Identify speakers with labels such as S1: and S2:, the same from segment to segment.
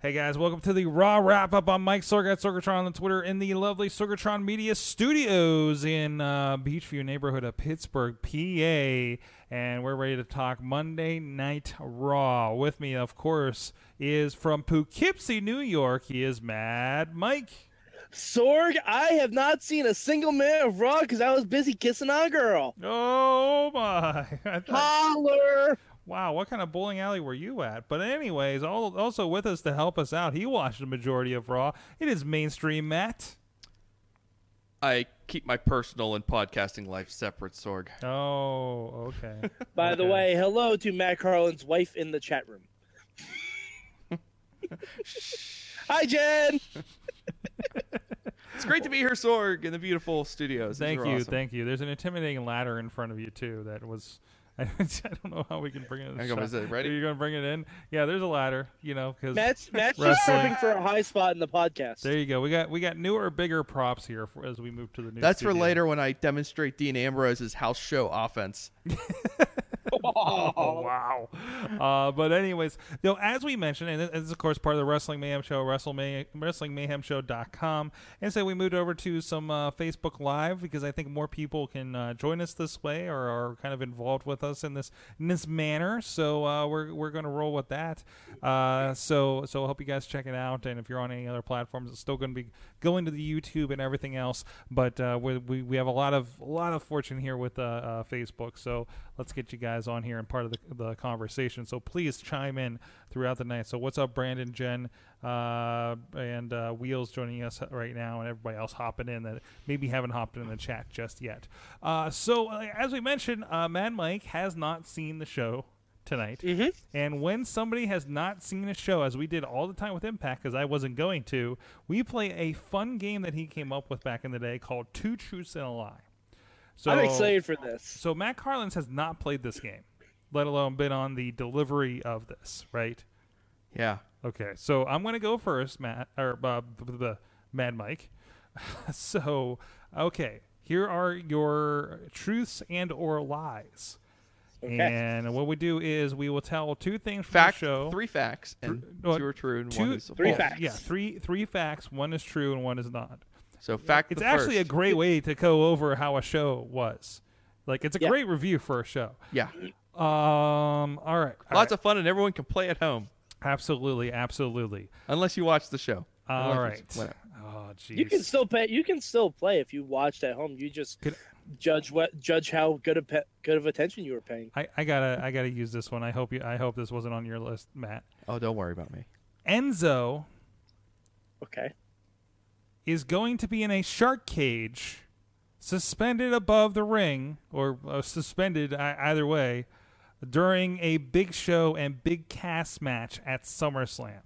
S1: Hey guys, welcome to the Raw wrap up. I'm Mike Sorg at Sorgatron on Twitter in the lovely Sorgatron Media Studios in uh, Beachview neighborhood of Pittsburgh, PA, and we're ready to talk Monday Night Raw. With me, of course, is from Poughkeepsie, New York. He is Mad Mike.
S2: Sorg, I have not seen a single minute of Raw because I was busy kissing a girl.
S1: Oh my! I thought-
S2: Holler!
S1: wow, what kind of bowling alley were you at? But anyways, all, also with us to help us out, he watched the majority of Raw. It is mainstream Matt.
S3: I keep my personal and podcasting life separate, Sorg.
S1: Oh, okay.
S2: By the
S1: Okay.
S2: way, hello to Matt Carlin's wife in the chat room. Hi, Jen.
S3: It's great to be here, Sorg, in the beautiful studios. These
S1: Thank
S3: are
S1: you,
S3: awesome.
S1: thank you. There's an intimidating ladder in front of you too. That was, I, don't know how we can bring it. In the
S3: Hang on,
S1: shot.
S3: is it ready?
S1: Are you gonna bring it in? Yeah, there's a ladder. You know, because
S2: Matt's, Matt's just
S1: Wrestling.
S2: hoping for a high spot in the podcast.
S1: there you go. We got we got newer, bigger props here for, as we move to the new.
S3: That's for
S1: studio.
S3: later when I demonstrate Dean Ambrose's house show offense.
S1: Oh, wow. Uh, but anyways, though, as we mentioned, and this- this is of course part of the Wrestling Mayhem Show, WrestlingMayhem, WrestlingMayhemShow.com, and so we moved over to some uh, Facebook Live because I think more people can uh, join us this way or are kind of involved with us in this in this manner. So uh, we're we're going to roll with that. Uh, so so I hope you guys check it out, and if you're on any other platforms, it's still going to be going to the YouTube and everything else. But uh, we we we have a lot of a lot of fortune here with uh, uh, Facebook, so let's get you guys on here and part of the, the conversation. So please chime in throughout the night. So what's up, Brandon, Jen, uh, and uh, Wheels joining us right now, and everybody else hopping in that maybe haven't hopped in the chat just yet. Uh, so uh, as we mentioned, uh, Mad Mike has not seen the show tonight.
S2: Mm-hmm.
S1: And when somebody has not seen a show, as we did all the time with Impact, because I wasn't going to, we play a fun game that he came up with back in the day called Two Truths and a Lie. So
S2: I'm excited for this.
S1: So Matt Carlins has not played this game, let alone been on the delivery of this, right?
S3: Yeah.
S1: Okay, so I'm gonna go first, Matt or uh, b- b- b- Mad Mike. so, okay, here are your truths and or lies. And what we do is we will tell two things from
S3: Fact,
S1: the show.
S3: three facts, and
S1: well,
S3: two are true and
S1: two-
S3: one is
S2: three
S3: false.
S2: facts.
S1: Yeah, three three facts. One is true and one is not.
S3: So fact
S1: It's
S3: the
S1: actually a
S3: first.
S1: great way to go over how a show was. Like it's a
S2: Yeah.
S1: great review for a show.
S3: Yeah.
S1: Um. All right. all
S3: Lots
S1: right.
S3: of fun, and everyone can play at home
S1: absolutely, absolutely.
S3: unless you watch the show.
S1: All
S3: Unless
S1: right.
S3: it's- whatever.
S1: Oh, jeez.
S2: You can still play. You can still play if you watched at home. You just
S1: Could-
S2: judge what judge how good of pe- good of attention you were paying.
S1: I, I gotta I gotta use this one. I hope you I hope this wasn't on your list, Matt.
S3: Oh, don't worry about me.
S1: Enzo
S2: Okay.
S1: is going to be in a shark cage, suspended above the ring or uh, suspended I, either way, during a Big Show and Big Cass match at SummerSlam.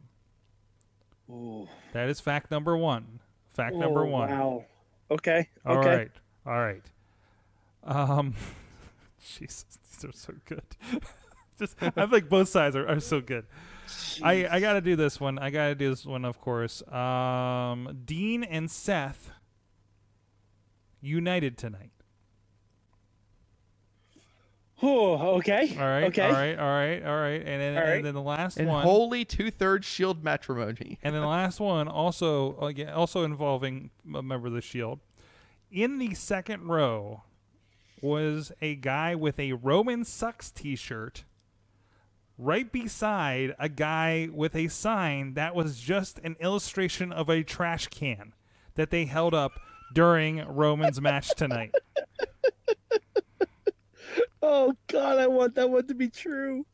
S2: Ooh.
S1: That is fact number one. Fact number
S2: Oh,
S1: one.
S2: Wow. Okay.
S1: All
S2: okay.
S1: right. All right. Um, Jesus, these are so good. Just, I think both sides are, are so good. I, I got to do this one. I got to do this one, of course. Um, Dean and Seth united tonight.
S2: Ooh, okay.
S1: All right.
S2: Okay.
S1: All right. All right. All right. And then,
S2: All right.
S1: And then the last
S3: And
S1: one.
S3: holy two-thirds shield matrimony.
S1: and then the last one also again, also involving a member of the Shield. In the second row was a guy with a Roman sucks T-shirt. Right beside a guy with a sign that was just an illustration of a trash can that they held up during Roman's match tonight.
S2: Oh God, I want that one to be true.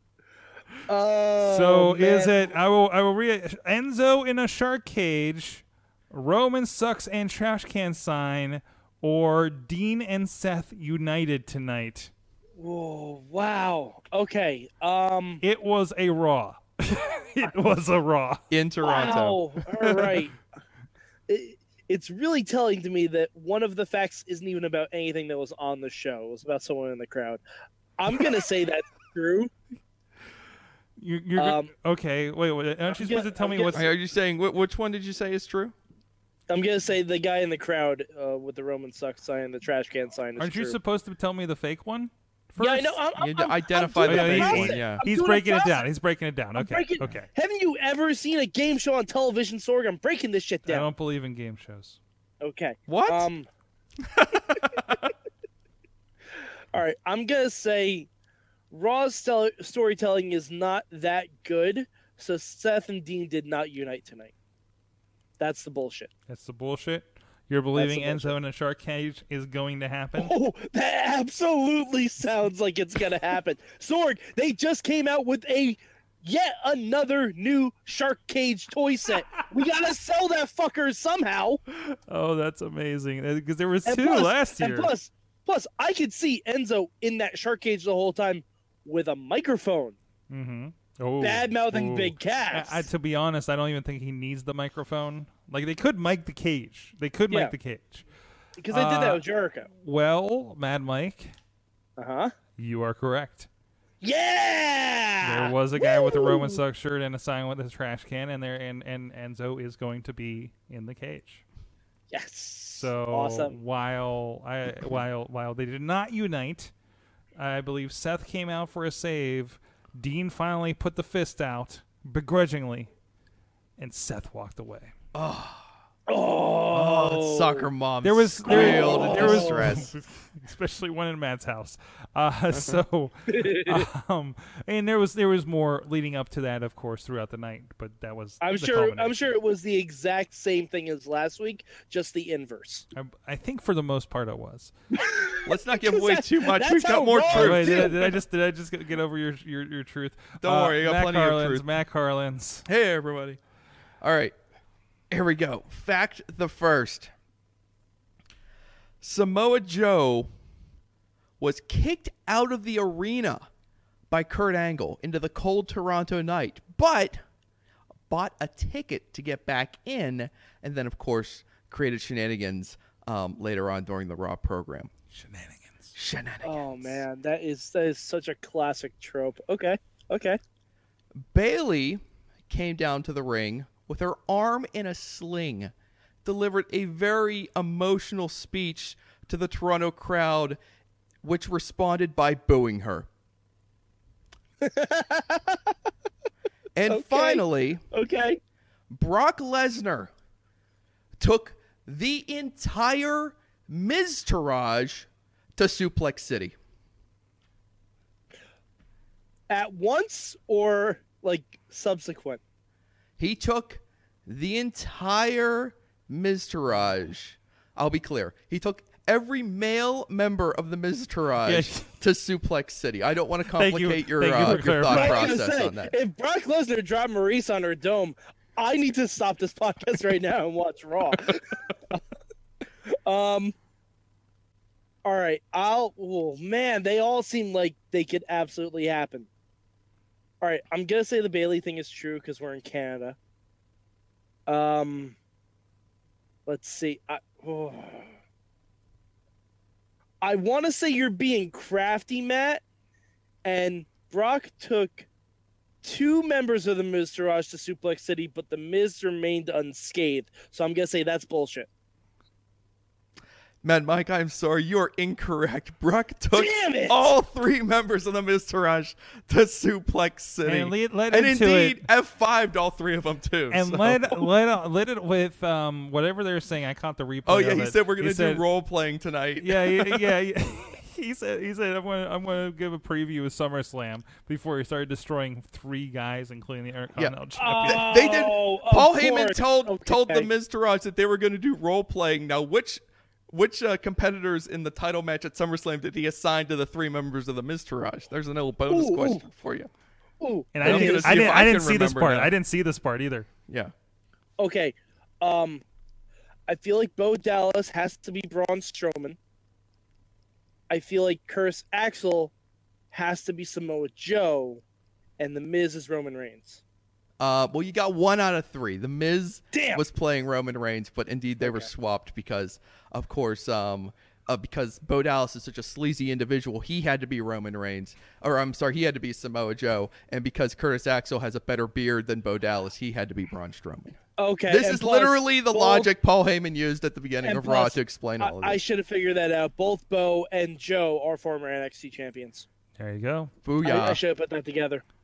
S2: Oh,
S1: So is
S2: man.
S1: it? I will. I will read it. Enzo in a shark cage, Roman sucks and trash can sign, or Dean and Seth united tonight.
S2: Whoa, wow. Okay. Um.
S1: It was a raw. it was a raw.
S3: In Toronto.
S2: Wow. All right. It- it's really telling to me that one of the facts isn't even about anything that was on the show. It was about someone in the crowd. I'm gonna say that's true.
S1: You, you're go-
S2: Um,
S1: okay. Wait, wait. Aren't you
S2: I'm
S1: supposed
S2: get-
S1: to tell
S2: I'm
S1: me
S2: get-
S1: what's?
S3: Are you saying wh- which one did you say is true?
S2: I'm gonna say the guy in the crowd uh, with the Roman suck sign, and the trash can sign. Is
S1: Aren't you
S2: true.
S1: supposed to tell me the fake one? first.
S2: yeah, I know. I'm, I'm,
S3: You had
S2: I'm-
S3: to
S2: I'm
S3: identify
S2: doing
S1: the
S2: a
S1: base
S2: process.
S3: one, yeah.
S2: I'm
S1: He's
S2: doing a
S1: breaking it
S2: process.
S1: down. He's breaking it down.
S2: I'm
S1: Okay.
S2: breaking-
S1: okay.
S2: Haven't you ever seen a game show on television, Sorg? I'm breaking this shit
S1: I
S2: down.
S1: don't believe in game shows.
S2: Okay.
S3: What?
S2: Um. all right. I'm gonna say Raw's stel- storytelling is not that good, so Seth and Dean did not unite tonight. That's the bullshit.
S1: That's the bullshit. You're believing
S2: the bullshit.
S1: Enzo in a shark cage is going to happen.
S2: Oh, that absolutely sounds like it's gonna happen. Sorg, they just came out with a yet another new shark cage toy set. We gotta sell that fucker somehow.
S1: Oh, that's amazing. Because there was
S2: And
S1: two
S2: plus-
S1: last year.
S2: And plus, plus, I could see Enzo in that shark cage the whole time with a microphone,
S1: mm-hmm. Oh,
S2: bad mouthing
S1: oh.
S2: big
S1: I,
S2: cats.
S1: I- to be honest, I don't even think he needs the microphone. Like they could mic the cage. They could
S2: Yeah.
S1: mic the cage.
S2: because I did that
S1: uh,
S2: with Jericho.
S1: Well, Mad Mike,
S2: Uh huh.
S1: you are correct.
S2: Yeah.
S1: There was a guy with a Roman
S2: Ah, Woo!
S1: suck shirt and a sign with a trash can, and there and and Enzo is going to be in the cage.
S2: Yes.
S1: So
S2: awesome.
S1: while I while while they did not unite, I believe Seth came out for a save. Dean finally put the fist out begrudgingly, and Seth walked away.
S2: Oh,
S3: Oh, that soccer mom.
S1: There was there,
S3: squealed in
S1: there was
S3: distress.
S1: especially one in Matt's house. Uh,
S2: Uh-huh.
S1: so, um, and there was there was more leading up to that, of course, throughout the night. But that was
S2: I'm
S1: the
S2: sure. I'm
S1: culmination.
S2: sure it was the exact same thing as last week, just the inverse.
S1: I, I think for the most part it was.
S3: Let's not give away too much.
S2: That's
S3: We've
S2: how
S3: got more
S2: Raw
S1: By the
S3: truth.
S1: way, did, I, did I just did I just get get over your your, your truth?
S3: Don't
S1: Uh,
S3: worry, you got
S1: Matt
S3: plenty of
S1: Harlan's,
S3: truth.
S1: Matt Carlin's.
S3: Hey, everybody. All right. Here we go. Fact the first Samoa Joe was kicked out of the arena by Kurt Angle into the cold Toronto night, but bought a ticket to get back in, and then, of course, created shenanigans um, later on during the Raw program.
S1: Shenanigans.
S3: Shenanigans.
S2: Oh man, that is that is such a classic trope. Okay. Okay.
S3: Bailey came down to the ring with her arm in a sling, delivered a very emotional speech to the Toronto crowd, which responded by booing her. and
S2: Okay.
S3: finally,
S2: Okay.
S3: Brock Lesnar took the entire Miz Taraj to Suplex City.
S2: At once or like subsequent.
S3: He took the entire Miztourage. I'll be clear. He took every male member of the Miztourage
S1: Yeah.
S3: to Suplex City. I don't want to
S1: Thank you-
S3: complicate your
S1: thank you
S3: uh,
S1: for
S3: your thought
S1: clarifying.
S2: I was gonna
S3: process
S2: say,
S3: on that.
S2: If Brock Lesnar dropped Maurice on her dome, I need to stop this podcast right now and watch Raw. um. All right, I'll. Oh man, they all seem like they could absolutely happen. All right, I'm gonna say the Bailey thing is true because we're in Canada. Um. Let's see. I. Oh. I want to say you're being crafty, Matt, and Brock took two members of the Miz Taraj to Suplex City, but the Miz remained unscathed. So I'm gonna say that's bullshit.
S3: Man, Mike, I'm sorry. You are incorrect. Brock took
S2: Damn it!
S3: all three members of the Miztourage to Suplex City.
S1: And lead- led
S3: And
S1: into
S3: indeed,
S1: it-
S3: F5'd all three of them, too.
S1: And
S3: so-
S1: led led led it with um whatever they were saying. I caught the replay.
S3: Oh, yeah.
S1: of
S3: He
S1: it.
S3: said we're going to do
S1: said-
S3: role playing tonight.
S1: Yeah, yeah, yeah. yeah. He said, "He said I'm gonna, I'm gonna give a preview of SummerSlam before he started destroying three guys, including the Intercontinental Champion."
S2: Oh,
S3: They did.
S2: of
S3: Paul Heyman
S2: course.
S3: told told the
S2: Okay.
S3: Miz Taraj that they were going to do role playing. Now, which which uh, competitors in the title match at SummerSlam did he assign to the three members of the Miz Taraj? There's a little bonus
S2: Ooh,
S3: question for you.
S2: Ooh,
S1: And
S3: I'm
S1: I
S3: gonna
S1: didn't,
S3: see
S1: I
S3: if
S1: didn't,
S3: I
S1: I didn't
S3: can
S1: see this
S3: remember
S1: part.
S3: now.
S1: I didn't see this part either.
S3: Yeah.
S2: okay. Um, I feel like Bo Dallas has to be Braun Strowman. I feel like Curse Axel has to be Samoa Joe, and the Miz is Roman Reigns.
S3: Uh, well, you got one out of three. The Miz
S2: Damn.
S3: was playing Roman Reigns, but indeed they were
S2: Okay.
S3: swapped because, of course, um, uh, because Bo Dallas is such a sleazy individual, he had to be Roman Reigns, or I'm sorry, he had to be Samoa Joe, and because Curtis Axel has a better beard than Bo Dallas, he had to be Braun Strowman.
S2: Okay.
S3: This
S2: and
S3: is
S2: plus,
S3: literally the
S2: both-
S3: logic Paul Heyman used at the beginning
S2: and
S3: of Raw
S2: plus,
S3: to explain all of this.
S2: I, I should have figured that out. Both Bo and Joe are former NXT champions.
S1: There you go.
S2: I-
S3: Booyah!
S2: I, should have put that together.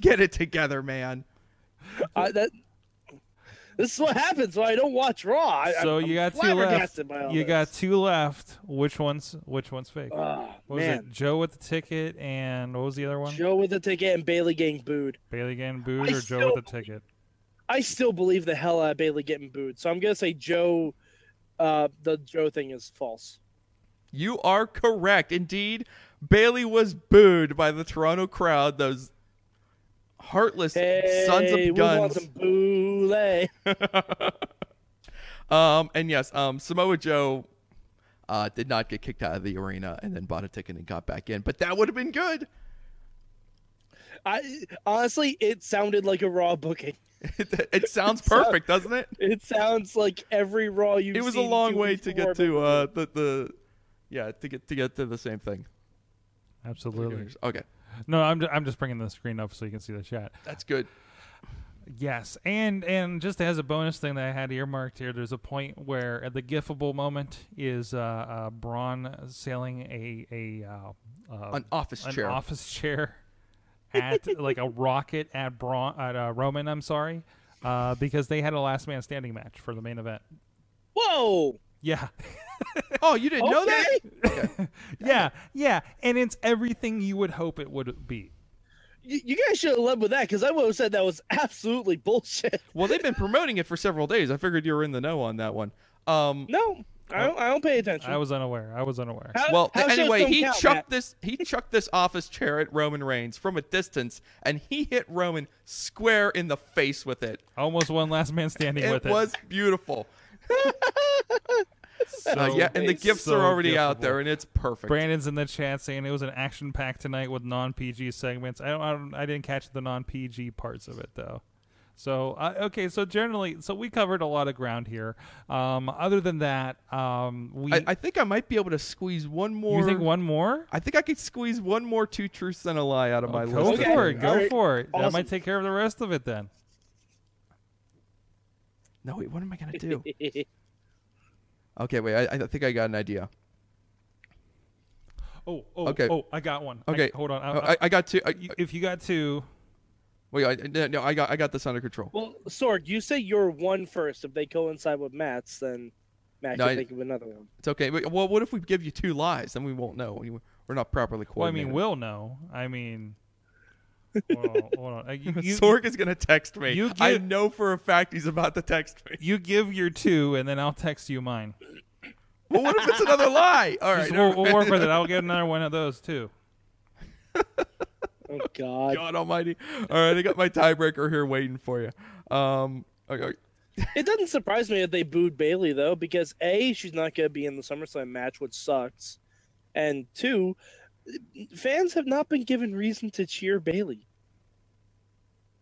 S3: Get it together, man.
S2: I, that this is what happens when I don't watch Raw. I,
S1: so
S2: I'm,
S1: you got
S2: I'm
S1: two left.
S2: flabbergasted by all
S1: You
S2: this.
S1: got two left. Which one's which one's fake?
S2: Ah,
S1: what was
S2: man,
S1: it? Joe with the ticket and what was the other one?
S2: Joe with the ticket and Bailey getting booed.
S1: Bailey getting booed
S2: I
S1: or Joe
S2: still-
S1: with the ticket?
S2: I still believe the hell out of Bailey getting booed. So I'm gonna say Joe. Uh, the Joe thing is false.
S3: You are correct. Indeed, Bailey was booed by the Toronto crowd. Those heartless
S2: Hey,
S3: sons
S2: we
S3: of
S2: want
S3: guns.
S2: some boule.
S3: Um, and yes, um, Samoa Joe uh, did not get kicked out of the arena and then bought a ticket and got back in. But that would have been good.
S2: I honestly, it sounded like a Raw booking.
S3: it, it sounds
S2: So-
S3: perfect, doesn't it?
S2: It sounds like every Raw you've
S3: It was a
S2: seen
S3: long
S2: two
S3: way
S2: weeks
S3: to
S2: before,
S3: get
S2: but-
S3: to uh, the the yeah to get to get to the same thing.
S1: Absolutely.
S3: Okay,
S1: No, I'm ju- I'm just bringing the screen up so you can see the chat.
S3: that's good.
S1: Yes, and and just as a bonus thing that I had earmarked here, there's a point where uh, the gifable moment is uh, uh, Braun sailing a a uh, uh,
S3: An office
S1: an
S3: chair.
S1: office chair at like a rocket at Braun at uh, Roman. I'm sorry, uh, because they had a last man standing match for the main event.
S2: Whoa!
S1: Yeah,
S3: oh, you didn't know that?
S2: Okay.
S1: yeah, yeah, and it's everything you would hope it would be.
S2: You, you guys should have led with that because I would have said that was absolutely bullshit.
S3: Well, they've been promoting it for several days. I figured you were in the know on that one. Um,
S2: No, I don't. I don't pay attention.
S1: I was unaware. I was unaware.
S2: How-
S3: Well,
S2: how shows
S3: anyway,
S2: don't
S3: he
S2: count,
S3: chucked
S2: Matt.
S3: this he chucked this office chair at Roman Reigns from a distance, and he hit Roman square in the face with it.
S1: Almost one last man standing
S3: It
S1: with
S3: was beautiful.
S1: it.
S3: Uh,
S1: So-
S3: yeah, and the gifts
S1: so
S3: are already out
S1: giftable.
S3: there, and it's perfect.
S1: Brandon's in the chat saying it was an action packed tonight with non PG segments. I don't, I don't, I didn't catch the non PG parts of it though. So uh, okay, so generally, so we covered a lot of ground here. Um, other than that, um, we
S3: I, I think I might be able to squeeze one more.
S1: you think one more?
S3: I think I could squeeze one more two truths and a lie out of my
S1: Oh, go
S3: list.
S2: Okay.
S1: for it. Go
S2: All right.
S1: for it. That
S2: Awesome.
S1: might take care of the rest of it then.
S3: No, wait. What am I gonna do? okay, wait. I, I think I got an idea.
S1: Oh, oh,
S3: Okay.
S1: oh, I got one. I-
S3: Okay,
S1: hold on. I,
S3: Oh,
S1: I-
S3: I, I got two. I,
S1: Uh, you- if you got two,
S3: wait, I, no, no, I got I got this under control.
S2: well, Sorg, you say you're one first. If they coincide with Matt's, then Matt
S3: No,
S2: can
S3: I-
S2: think of another one.
S3: It's okay. Wait, Well, what if we give you two lies? Then we won't know. We- We're not properly
S1: well, I
S3: coordinated.
S1: mean, we'll know. I mean, hold on. Hold on. Uh, you- you-
S3: Sorg is gonna text me.
S1: you
S3: I
S1: get-
S3: know for a fact he's about to text me.
S1: you give your two, and then I'll text you mine.
S3: Well, what if it's another lie? All right,
S1: Just- we'll,
S3: never
S1: we'll work
S3: mind.
S1: with it. I'll get another one of those too.
S2: Oh God.
S3: God Almighty! All right, I got my tiebreaker here waiting for you. Um, okay,
S2: It doesn't surprise me that they booed Bailey though, because a she's not going to be in the SummerSlam match, which sucks, and two, fans have not been given reason to cheer Bailey.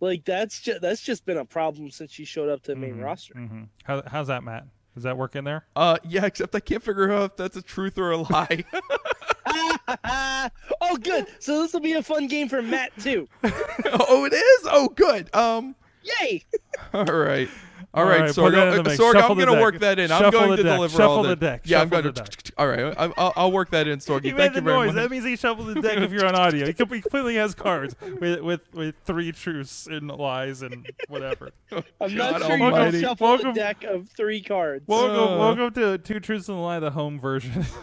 S2: Like that's just that's just been a problem since she showed up to the main
S3: Mm-hmm.
S1: Mhm,
S2: roster.
S1: mhm. How, how's that, Matt? Does that work in there?
S3: uh, yeah, except I can't figure out if that's a truth or a lie.
S2: Ah, oh, good. So this will be a fun game for Matt too.
S3: oh, it is. Oh, good. Um,
S2: Yay!
S3: all right. All
S1: All
S3: right,
S1: right, put
S3: Sorg.
S1: that in
S3: uh,
S1: the mix.
S3: Sorg,
S1: Shuffle
S3: I'm
S1: the
S3: gonna
S1: deck.
S3: work that in.
S1: Shuffle
S3: I'm going
S1: the
S3: to
S1: deck.
S3: deliver
S1: Shuffle
S3: all
S1: the
S3: the.
S1: deck.
S3: Yeah, I'm
S1: Shuffle
S3: going
S1: the
S3: to.
S1: deck.
S3: All right, I- I'll, I'll work that in, Sorg.
S1: He
S3: Thank
S1: made
S3: you
S1: the
S3: very
S1: noise.
S3: much.
S1: That means he shuffled the deck. if you're on audio, he com- he completely has cards with, with, with three truths and lies and whatever.
S2: I'm
S3: God
S2: not sure you
S1: almighty.
S2: can shuffle
S1: Welcome-
S2: a deck of three cards.
S1: Welcome,
S3: Uh.
S1: welcome to Two Truths and a Lie, the home version.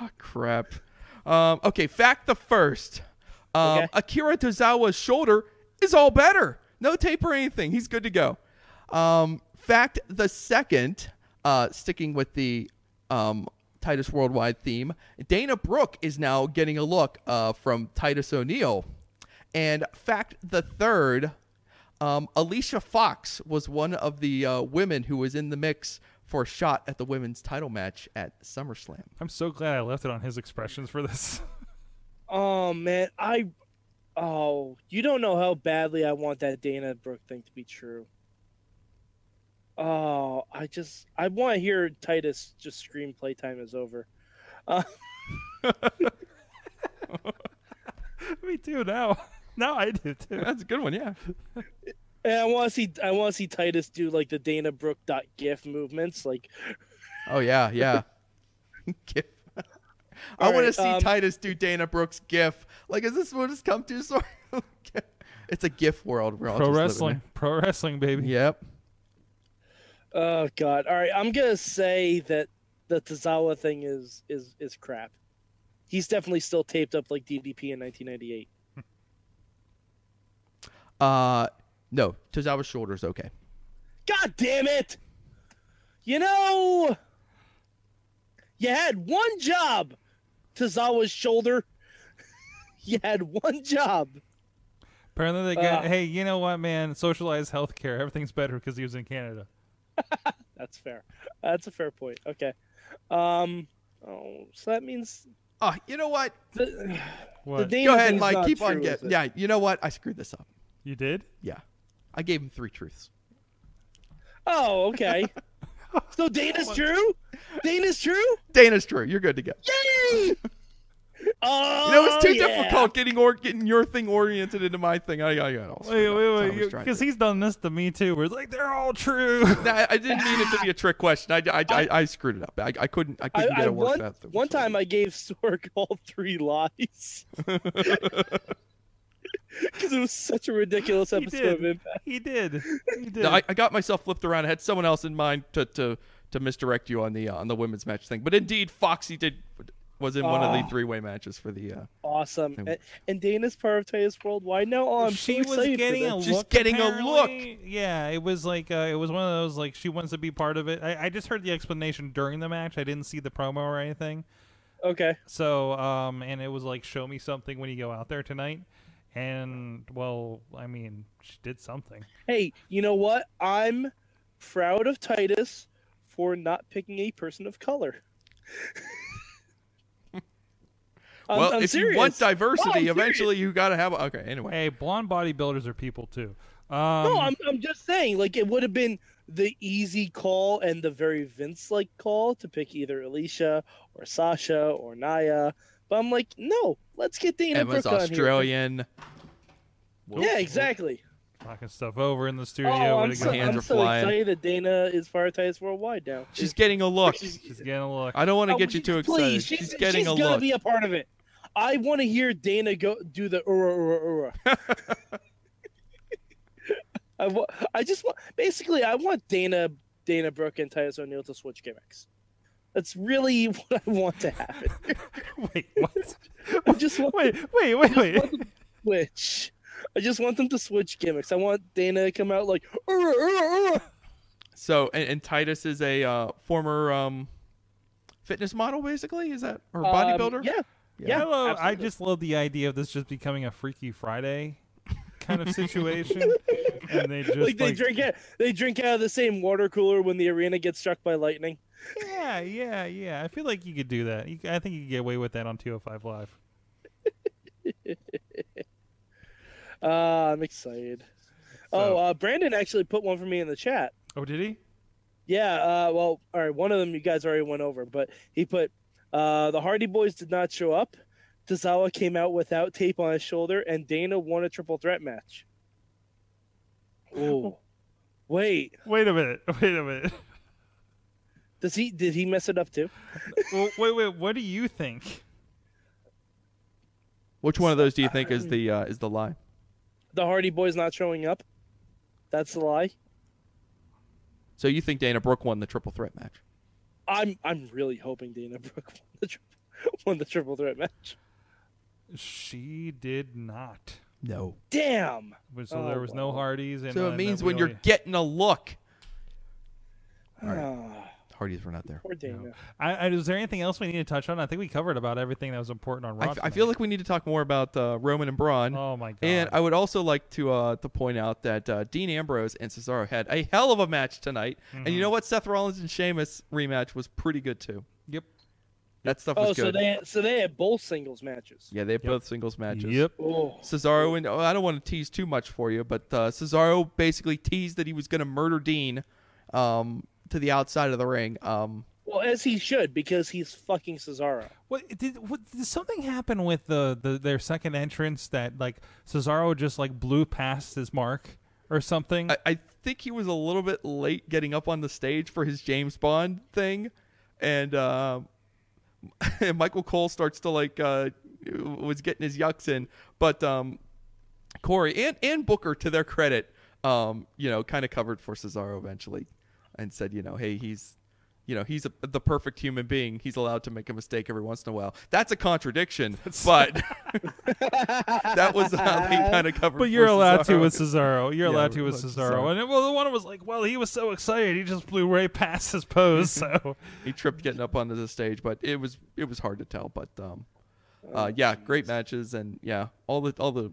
S3: Ah, crap. Um, okay, fact the first. Um,
S2: Okay.
S3: Akira Tozawa's shoulder is all better. No tape or anything. He's good to go. Um, fact the second, uh, sticking with the um, Titus Worldwide theme, Dana Brooke is now getting a look uh, from Titus O'Neil. And fact the third, um, Alicia Fox was one of the uh, women who was in the mix for a shot at the women's title match at SummerSlam.
S1: I'm so glad I left it on his expressions for this.
S2: Oh man, I. Oh, you don't know how badly I want that Dana Brooke thing to be true. Oh, I just I want to hear Titus just scream playtime is over.
S1: Me too. Now, now I do too.
S3: That's a good one, yeah.
S2: And I want to see I want to see Titus do like the Dana Brooke dot gif movements. Like
S3: Oh yeah, yeah. gif. I
S2: All
S3: want to
S2: right,
S3: see
S2: um,
S3: Titus do Dana Brooks GIF. Like, is this what it's come to? Sorry, it's a GIF world. We're all
S1: Pro
S3: just living
S1: wrestling, pro wrestling,
S3: in.
S1: baby.
S3: Yep.
S2: oh god. All right, I'm gonna say that the Tazawa thing is is is crap. He's definitely still taped up like DDP in 1998.
S3: Uh, no, Tozawa's shoulder's okay.
S2: God damn it! You know, you had one job, Tazawa's shoulder. you had one job.
S1: Apparently they got.
S2: Uh.
S1: hey, you know what, man? Socialized healthcare. Everything's better because he was in Canada.
S2: That's fair. That's a fair point. Okay. Um. Oh, so that means
S3: Oh, you know what?
S2: the, the
S1: What
S2: Dana
S3: Go ahead,
S2: thing's
S3: Mike.
S2: not
S3: Keep on
S2: true, is
S3: getting.
S2: it?
S3: Yeah, you know what? I screwed this up.
S1: you did?
S3: Yeah, I gave him three truths.
S2: Oh, okay. so Dana's true. Dana's true.
S3: Dana's true. You're good to go.
S2: Yay! Oh,
S3: You know, it's too
S2: yeah.
S3: difficult getting or getting your thing oriented into my thing. I, I got all
S1: Wait,
S3: screwed up. That's what
S1: wait,
S3: I was
S1: wait.
S3: trying to
S1: Because
S3: do.
S1: he's done this to me too. Where it's like they're all true.
S3: No, I, I didn't mean it to be a trick question. I, I, I, I screwed it up. I, I couldn't. I
S2: I,
S3: couldn't get
S2: I
S3: it worked
S2: one,
S3: out. that-
S2: one time I gave Sorg all three lies because it was such a ridiculous
S1: He did.
S2: episode of Impact.
S1: he did. He did.
S3: No, I, I got myself flipped around. I had someone else in mind to to, to misdirect you on the uh, on the women's match thing. But indeed, Foxy did was in one of the
S2: Ah.
S3: three way matches for the. Uh,
S2: Awesome.
S3: Thank you.
S2: And, and Dana's part of Titus Worldwide. No, oh, I'm
S1: she
S2: so
S1: was
S2: excited for
S1: getting
S2: this.
S1: a look.
S3: She's getting a
S1: apparently. Yeah, it was like uh, it was one of those like she wants to be part of it. I, I just heard the explanation during the match. I didn't see the promo or anything.
S2: Okay.
S1: So, um, and it was like, show me something when you go out there tonight. And well, I mean, she did something.
S2: Hey, you know what? I'm proud of Titus for not picking a person of color. I'm,
S3: well,
S2: I'm
S3: if
S2: serious.
S3: you want
S2: No,
S3: diversity,
S2: I'm
S3: eventually you got to have. A, okay, anyway.
S1: Hey, blonde bodybuilders are people too. Um,
S2: no, I'm, I'm just saying, like, it would have been the easy call and the very Vince like call to pick either Alicia or Sasha or Naya. But I'm like, no, let's get Dana
S3: Emma's
S2: Brooke on
S3: Australian.
S2: Here. Yeah, exactly.
S1: knocking stuff over in the studio.
S2: oh,
S1: Way
S2: I'm
S1: to
S2: so,
S1: go.
S3: hands
S2: I'm
S3: are
S2: so
S3: flying.
S2: excited that Dana is prioritized worldwide now.
S3: She's getting a look.
S1: She's getting a look.
S3: I don't want to get
S2: Oh,
S3: you too excited.
S2: please,
S3: she's, getting
S2: she's
S3: a
S2: gonna
S3: look.
S2: be a part of it. I want to hear Dana go do the uh, ura ura ura. I wa- I just want basically I want Dana Dana Brooke and Titus O'Neil to switch gimmicks. That's really what I want to happen.
S1: wait, what?
S2: I just want
S1: wait, wait, wait, wait.
S2: switch. I just want them to switch gimmicks. I want Dana to come out like uh, ura ura ura.
S3: So, and, and Titus is a uh, former um, fitness model, basically. Is that or
S2: Um,
S3: bodybuilder?
S2: yeah. Yeah.
S1: Hello, I
S2: absolutely.
S1: just love the idea of this just becoming a Freaky Friday kind of situation, and they just
S2: Like they drink it. They drink out of the same water cooler when the arena gets struck by lightning.
S1: Yeah, yeah, yeah. I feel like you could do that. You, I think you could get away with that on 205 Live.
S2: Uh, I'm excited.
S1: So-
S2: Oh, uh, Brandon actually put one for me in the chat.
S1: Oh, did he?
S2: Yeah, uh, well, all right, one of them you guys already went over, but he put uh, the Hardy Boys did not show up. Tozawa came out without tape on his shoulder, and Dana won a triple threat match. Oh, wait,
S1: Wait a minute. Wait a minute.
S2: does he did he mess it up too?
S1: well, wait, wait. What do you think?
S3: Which one of those do you think is the uh, is the lie?
S2: The Hardy Boys not showing up. That's a lie.
S3: So you think Dana Brooke won the triple threat match?
S2: I'm I'm really hoping Dana Brooke won the triple, won the triple threat match.
S1: She did not.
S3: No.
S2: Damn.
S1: So there
S2: Oh,
S1: was no
S2: wow.
S1: Hardys. And,
S3: So
S1: uh,
S3: it means
S1: that we
S3: when you're
S1: only-
S3: getting a look, All right.
S2: Ah,
S3: Hardys were not there.
S2: poor Dana.
S1: I, I, is there anything else we need to touch on? I think we covered about everything that was important on
S3: I,
S1: Raw.
S3: f- I feel like we need to talk more about uh, Roman and Braun.
S1: Oh my god.
S3: and I would also like to uh, to point out that uh, Dean Ambrose and Cesaro had a hell of a match tonight. And
S1: Mm-hmm.
S3: you know what? Seth Rollins and Sheamus rematch was pretty good too.
S1: yep.
S3: That stuff
S2: Oh,
S3: was good.
S2: so they so they had both singles matches.
S3: yeah, they have both singles matches.
S1: Yep.
S2: Oh,
S3: Cesaro and oh, I don't want to tease too much for you, but uh, Cesaro basically teased that he was going to murder Dean um, to the outside of the ring. Um,
S2: Well, as he should, because he's fucking Cesaro.
S1: What did what did something happen with the, the their second entrance that like Cesaro just like blew past his mark or something?
S3: I, I think he was a little bit late getting up on the stage for his James Bond thing, and uh, and Michael Cole starts to like uh, was getting his yucks in, but um, Corey and and Booker to their credit, um, you know, kind of covered for Cesaro eventually, and said, you know, hey, he's. You know he's a, the perfect human being. He's allowed to make a mistake every once in a while. That's a contradiction, but that was how they kind of covered.
S1: but you're
S3: for
S1: allowed to
S3: Cesaro.
S1: with Cesaro. You're
S3: Yeah,
S1: allowed to
S3: with
S1: with Cesaro.
S3: Cesaro.
S1: And it, well, the one was like, well, he was so excited, he just blew right past his pose. So
S3: he tripped getting up onto the stage, but it was it was hard to tell. But um, uh, yeah, great matches and yeah, all the all the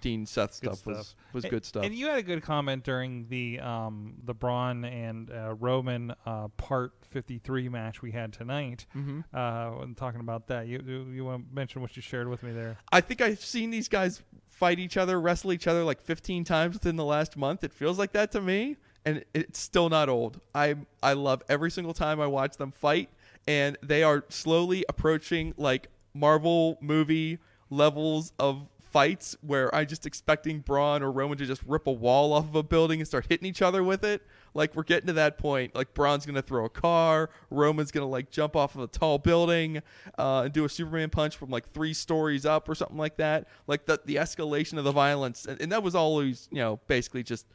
S3: Dean Seth stuff, was was
S1: And-
S3: good stuff.
S1: And you had a good comment during the um, the Braun and uh, Roman uh, Part 53 match we had tonight. Mm-hmm. Uh, when talking about that, you you, you want to mention what you shared with me there?
S3: I think I've seen these guys fight each other, wrestle each other like 15 times within the last month. It feels like that to me, and it's still not old. I I love every single time I watch them fight, and they are slowly approaching like Marvel movie levels of fights where I'm just expecting Braun or Roman to just rip a wall off of a building and start hitting each other with it. Like we're getting to that point. Like Braun's gonna throw a car, Roman's gonna like jump off of a tall building uh, and do a Superman punch from like three stories up or something like that. Like the the escalation of the violence, and, and that was always you know basically just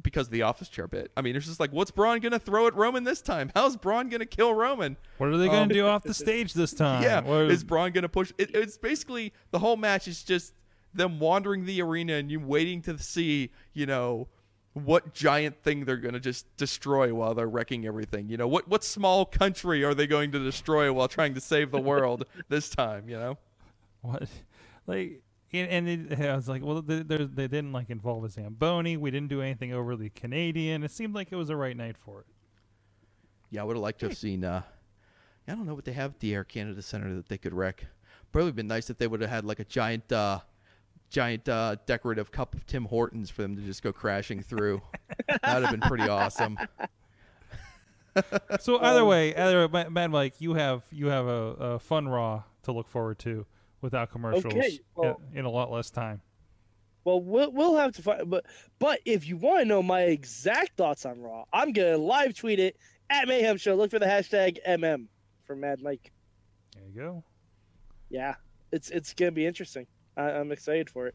S3: because of the office chair bit. I mean, it's just like what's Braun gonna throw at Roman this time? How's Braun gonna kill Roman?
S1: What are they going
S3: Um,
S1: to do off the stage this time?
S3: Yeah,
S1: What-
S3: is Braun gonna push? It, it's basically the whole match is just them wandering the arena and you waiting to see, you know, what giant thing they're gonna just destroy while they're wrecking everything. You know, what what small country are they going to destroy while trying to save the world this time? You know,
S1: what like and, and it, I was like, well, they, they they didn't like involve a zamboni. We didn't do anything overly Canadian. It seemed like it was the right night for it.
S3: yeah, I would have liked to have seen. uh I don't know what they have at the Air Canada Center that they could wreck. Probably been nice if they would have had like a giant. uh Giant uh, decorative cup of Tim Hortons for them to just go crashing through. that would have been pretty awesome.
S1: So
S2: Um,
S1: either way, either way, Ma- Mad Mike, you have you have a, a fun Raw to look forward to without commercials
S2: Okay, well-
S1: in, in a lot less time.
S2: Well, we'll we'll have to find. But but if you want to know my exact thoughts on Raw, I'm gonna live tweet it at Mayhem Show. Look for the hashtag MM for Mad Mike.
S1: There you go.
S2: Yeah, it's it's gonna be interesting. I, I'm excited for it.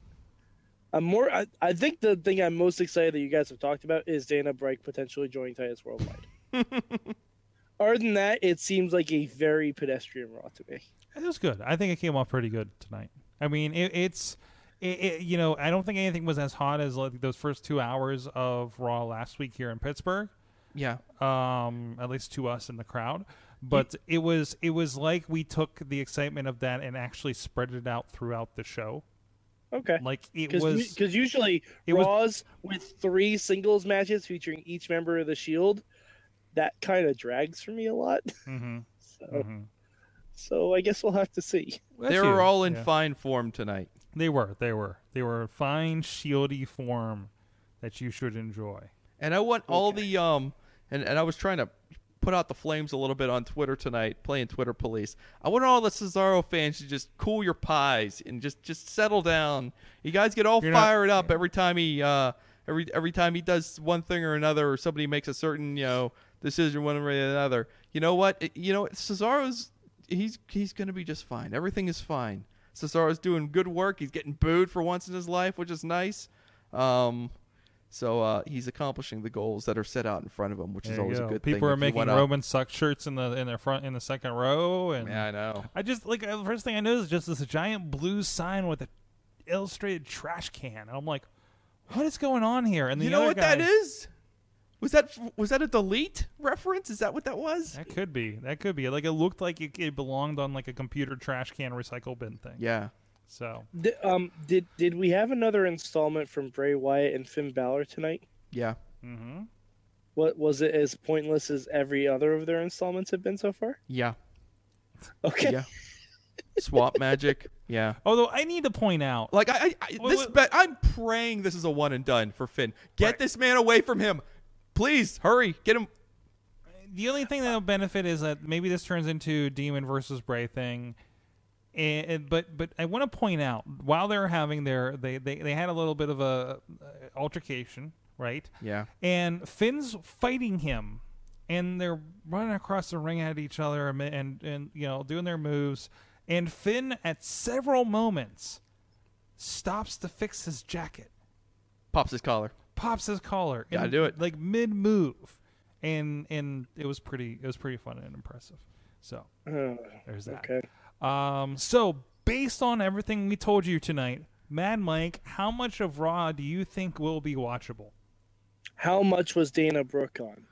S2: I'm more. I, I think the thing I'm most excited that you guys have talked about is Dana Brake potentially joining Titus Worldwide. Other than that, it seems like a very pedestrian Raw to me.
S1: It was good. I think it came off pretty good tonight. I mean, it, it's, it, it, you know, I don't think anything was as hot as like those first two hours of Raw last week here in Pittsburgh.
S3: Yeah,
S1: um, at least to us in the crowd. But it was it was like we took the excitement of that and actually spread it out throughout the show.
S2: Okay.
S1: Like it was
S2: Because usually
S1: it was-
S2: Raws with three singles matches featuring each member of the Shield, that kind of drags for me a lot.
S1: Mhm,
S2: So,
S1: mhm.
S2: so I guess we'll have to see.
S1: That's
S3: Oh. they
S1: you.
S3: were all in
S1: Yeah.
S3: fine form tonight.
S1: They were they were they were a fine shieldy form that you should enjoy.
S3: And I want all the um and, and I was trying to put out the flames a little bit on Twitter tonight, playing Twitter police. I want all the Cesaro fans to just cool your pies and just just settle down. You guys get all
S1: You're not-
S3: fired up every time he uh every every time he does one thing or another or somebody makes a certain, you know, decision one way or another. You know what? It- you know Cesaro's he's he's going to be just fine. Everything is fine. Cesaro's doing good work. He's getting booed for once in his life, which is nice. Um, so uh, he's accomplishing the goals that are set out in front of him, which is
S1: There you
S3: always a
S1: go.
S3: good thing.
S1: People
S3: if
S1: are
S3: you
S1: making
S3: wanna-
S1: Roman suck shirts in the in their front in the second row and
S3: Yeah, I know.
S1: I just like the first thing I noticed is just this giant blue sign with a illustrated trash can. And I'm like, what is going on here? And the
S3: You know
S1: other
S3: what that
S1: guy-
S3: is? Was that was that a delete reference? Is that what that was?
S1: That could be. That could be. Like it looked like it, it belonged on like a computer trash can recycle bin thing.
S3: Yeah.
S1: So
S2: Di- um, did did we have another installment from Bray Wyatt and Finn Balor tonight?
S3: Yeah.
S1: mm-hmm.
S2: What was it as pointless as every other of their installments have been so far?
S3: Yeah.
S2: Okay.
S3: Yeah. Swap magic. Yeah.
S1: although I need to point out,
S3: Like I, I, I
S1: Wait,
S3: this
S1: wait.
S3: bet, I'm praying this is a one and done for Finn. Get
S1: Right.
S3: this man away from him, please. Hurry, get him
S1: the only thing that'll benefit is that maybe this turns into Demon versus Bray thing. And, and- but but I want to point out while they're having their they, they they had a little bit of a uh, altercation, right?
S3: Yeah.
S1: And Finn's fighting him, and they're running across the ring at each other and and, and you know doing their moves. And Finn at several moments stops to fix his jacket
S3: Pops his collar.
S1: pops his collar. in-
S3: Gotta do it.
S1: Like mid move, and and it was pretty. It was pretty fun and impressive. So
S2: Uh,
S1: there's that.
S2: okay.
S1: Um. So based on everything we told you tonight, Mad Mike, how much of Raw do you think will be watchable?
S2: How much was Dana Brooke on?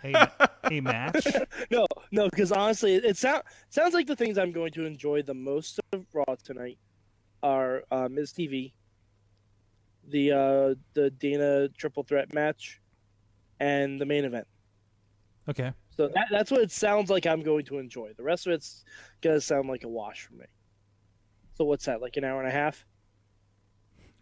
S1: A, a match.
S2: No, no, because honestly, it, it sound, sounds like the things I'm going to enjoy the most of Raw tonight are uh, Ms. TV, the uh, the Dana triple threat match, and the main event.
S1: Okay.
S2: So that, that's what it sounds like I'm going to enjoy. The rest of it's gonna sound like a wash for me. So what's that? Like an hour and a half?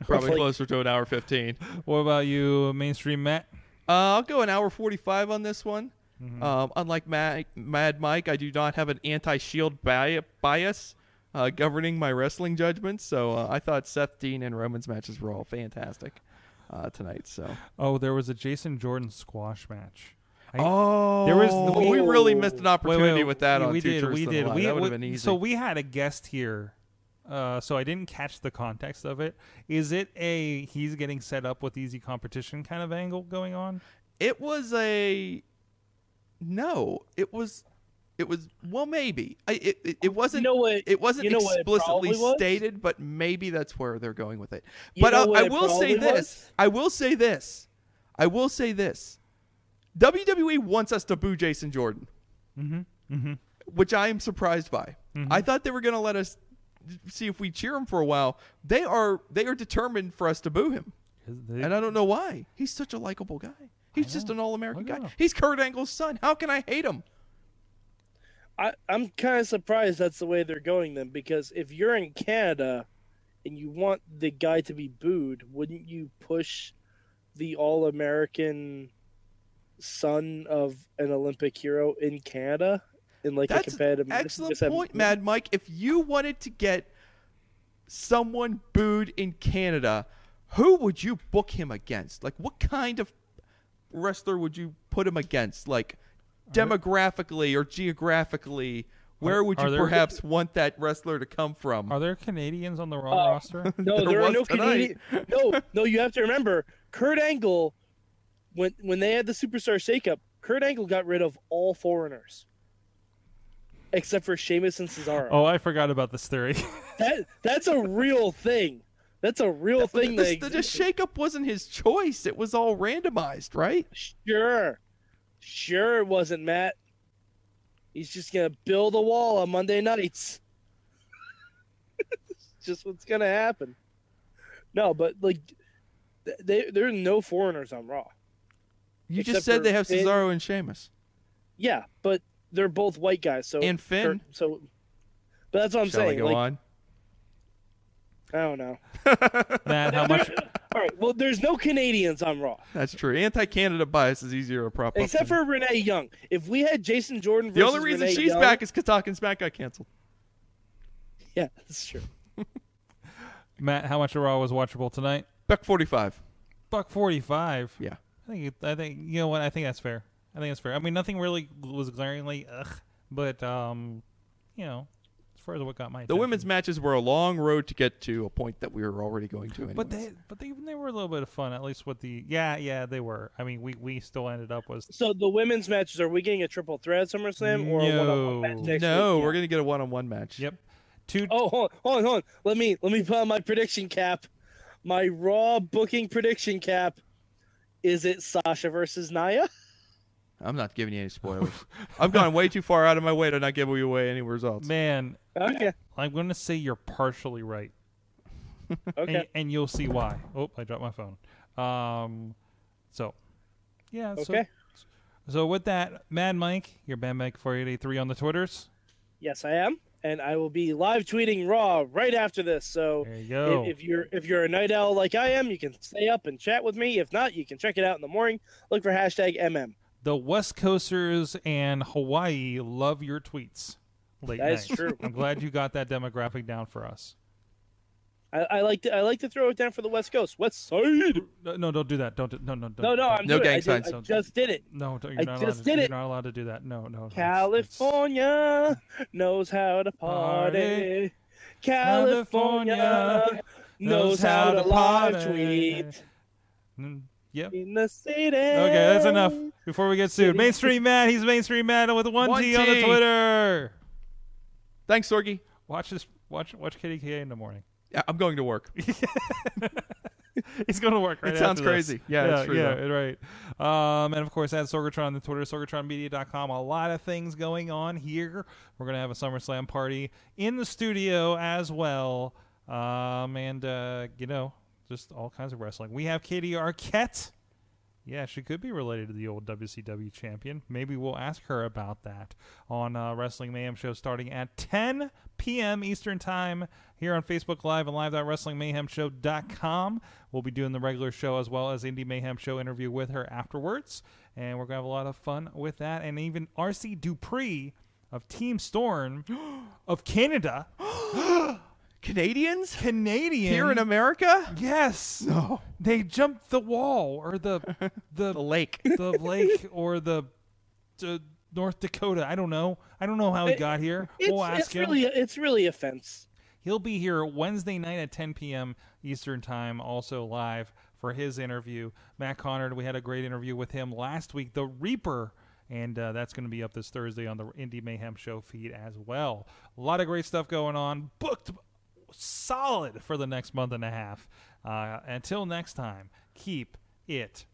S3: Probably
S2: Roughly.
S3: closer to an hour 15.
S1: What about you, mainstream Matt?
S3: Uh, I'll go an hour 45 on this one.
S1: Mhm.
S3: Um, unlike Mad, Mad Mike, I do not have an anti shield bias uh, governing my wrestling judgments. So uh, I thought Seth Dean and Roman's matches were all fantastic uh, tonight. So
S1: Oh, there was a Jason Jordan squash match. I-
S3: oh,
S1: There was-
S3: we really
S2: Oh.
S3: missed an
S1: Wait, wait,
S3: opportunity with that.
S1: we,
S3: on
S1: we
S3: two
S1: did.
S3: Truths
S1: We
S3: and a
S1: did.
S3: Lie.
S1: We,
S3: that would
S1: we-
S3: have been easy.
S1: So we had a guest here, uh, so I didn't catch the context of it. Is it a he's getting set up with easy competition kind of angle going on?
S3: It was a no. It was it was well maybe. I, it, it it
S2: You
S3: wasn't
S2: know what?
S3: it wasn't
S2: you know what it probably
S3: explicitly
S2: was?
S3: stated, but maybe that's where they're going with it.
S2: You
S3: but
S2: know
S3: uh,
S2: what
S3: I
S2: it
S3: will say
S2: probably
S3: this.
S2: was?
S3: I will say this. I will say this. WWE wants us to boo Jason Jordan,
S1: Mm-hmm. Mm-hmm.
S3: which I am surprised by.
S2: Mm-hmm.
S3: I thought they were going to let us see if we cheer him for a while. They are they are determined for us to boo him.
S1: uh,
S3: And I don't know why. He's such a likable guy. He's just an all-American
S1: I
S3: guy.
S1: know.
S3: He's Kurt Angle's son. How can I hate him?
S2: I, I'm kind of surprised that's the way they're going then, because if you're in Canada and you want the guy to be booed, wouldn't you push the all American son of an Olympic hero in Canada in like a
S3: That's
S2: competitive
S3: an
S2: match?
S3: excellent
S2: Just have-
S3: point, Mad Mike. If you wanted to get someone booed in Canada, who would you book him against? Like, what kind of wrestler would you put him against? Like, demographically or geographically, where
S1: Are-
S3: would
S1: are
S3: you
S1: there-
S3: perhaps want that wrestler to come from?
S1: Are there Canadians on the Raw
S2: Uh,
S1: roster?
S2: No,
S3: There
S2: there, are
S3: was
S2: no
S3: tonight.
S2: Canadian. No, no, you have to remember Kurt Angle when when they had the superstar shakeup, Kurt Angle got rid of all foreigners. Except for Sheamus and Cesaro.
S1: Oh, I forgot about this theory.
S2: That that's a real thing. That's a real thing.
S3: This-
S2: that
S3: the, the
S2: exists.
S3: shakeup wasn't his choice. It was all randomized, right?
S2: sure, sure it wasn't Matt. He's just gonna build a wall on Monday nights. just what's gonna happen. No, but like, th- they there are no foreigners on Raw.
S3: You just
S2: Except
S3: said
S2: for
S3: they have
S2: Finn.
S3: Cesaro and Sheamus.
S2: Yeah, but they're both white guys. So
S3: And Finn.
S2: Kurt- so, but that's what I'm
S3: Shall I
S2: saying.
S3: go
S2: like,
S3: on?
S2: I don't know.
S1: Matt, how much?
S2: All right. Well, there's no Canadians on Raw.
S3: That's true. Anti-Canada bias is easier to prop up.
S2: Except
S3: than-
S2: for Renee Young. If we had Jason Jordan,
S3: The only
S2: versus
S3: reason
S2: Renee
S3: she's
S2: Young-
S3: back is because Talking Smack got canceled.
S2: yeah, that's true.
S1: Matt, how much of Raw was watchable tonight?
S3: Buck 45.
S1: Buck forty-five.
S3: Yeah.
S1: I think. it- I think you know what. I think that's fair. I think that's fair. I mean, nothing really was glaringly ugh, but um, you know, as far as what got my
S3: The
S1: attention.
S3: women's matches were a long road to get to a point that we were already going to. Anyways.
S1: But they, but they, they were a little bit of fun, at least with the yeah, yeah, they were. I mean, we we still ended up with
S2: So the women's matches are we getting a triple threat at SummerSlam or a one-on-one match
S1: No.
S2: next
S3: no,
S2: week?
S3: we're gonna get a one-on-one match.
S1: yep, two.
S2: Oh, hold on, hold on, hold on. Let me let me put on my prediction cap. My Raw booking prediction cap. Is it Sasha versus Naya?
S3: I'm not giving you any spoilers. I've gone way too far out of my way to not give you away any results.
S1: man,
S2: Okay,
S1: I'm going to say you're partially right,
S2: okay.
S1: and, and you'll see why. Oh, I dropped my phone. Um, so yeah,
S2: Okay.
S1: So, so with that, Mad Mike, you're Mad Mike four eight eight three on the twitters.
S2: Yes, I am, and I will be live tweeting Raw right after this. So
S1: There
S2: if,
S1: you go.
S2: if you're if you're a night owl like I am, you can stay up and chat with me. If not, you can check it out in the morning. Look for hashtag MM.
S1: The West Coasters and Hawaii love your tweets. Late
S2: That is
S1: night.
S2: true.
S1: I'm glad you got that demographic down for us.
S2: I, I like to I like to throw it down for the West Coast. West Side.
S1: No, no, don't do that. Don't. Do, no, no, don't,
S2: No, no, I'm
S3: No
S2: doing it.
S3: gang
S2: I did-
S3: signs,
S2: I
S1: don't-
S2: just did it.
S1: No, don't, you're
S2: I
S1: not
S2: just
S1: allowed,
S2: did
S1: you're
S2: it.
S1: not allowed to do that. No, no. no, it's- it's-
S2: California knows how to party. California knows how to live tweet
S1: Mm, Yep.
S2: in the city.
S1: Okay, that's enough. Before we get sued, mainstream Matt. He's mainstream Matt with one,
S3: One
S1: T on the
S3: T.
S1: Twitter.
S3: Thanks, Sorgi.
S1: Watch this. Watch watch KDKA in the morning.
S3: Yeah, I'm going to work.
S1: He's going to work. Right
S3: It sounds
S1: after this.
S3: crazy. Yeah,
S1: yeah,
S3: it's true,
S1: yeah, right. Um, and of course, at Sorgatron on the Twitter, sorgatronmedia.com. A lot of things going on here. We're going to have a SummerSlam party in the studio as well, um, and uh, you know, just all kinds of wrestling. We have Katie Arquette. Yeah, she could be related to the old WCW champion. Maybe we'll ask her about that on uh, Wrestling Mayhem Show starting at 10 p.m. Eastern Time here on Facebook Live and live.wrestlingmayhemshow.com. We'll be doing the regular show as well as Indie Mayhem Show interview with her afterwards. And we're going to have a lot of fun with that. And even RC Dupree of Team Storm of Canada,
S3: Canadians
S1: Canadian.
S3: here in America?
S1: Yes.
S3: No.
S1: They jumped the wall or the
S3: The lake.
S1: the lake or the, the North Dakota. I don't know. I don't know how he
S2: It-
S1: got here.
S2: It's,
S1: we'll ask
S2: it's
S1: him.
S2: really it's really a fence.
S1: He'll be here Wednesday night at 10 p.m. Eastern Time, also live for his interview. Matt Connard, we had a great interview with him last week, The Reaper, and uh, that's going to be up this Thursday on the Indie Mayhem Show feed as well. A lot of great stuff going on. Booked solid for the next month and a half. Uh, until next time, keep it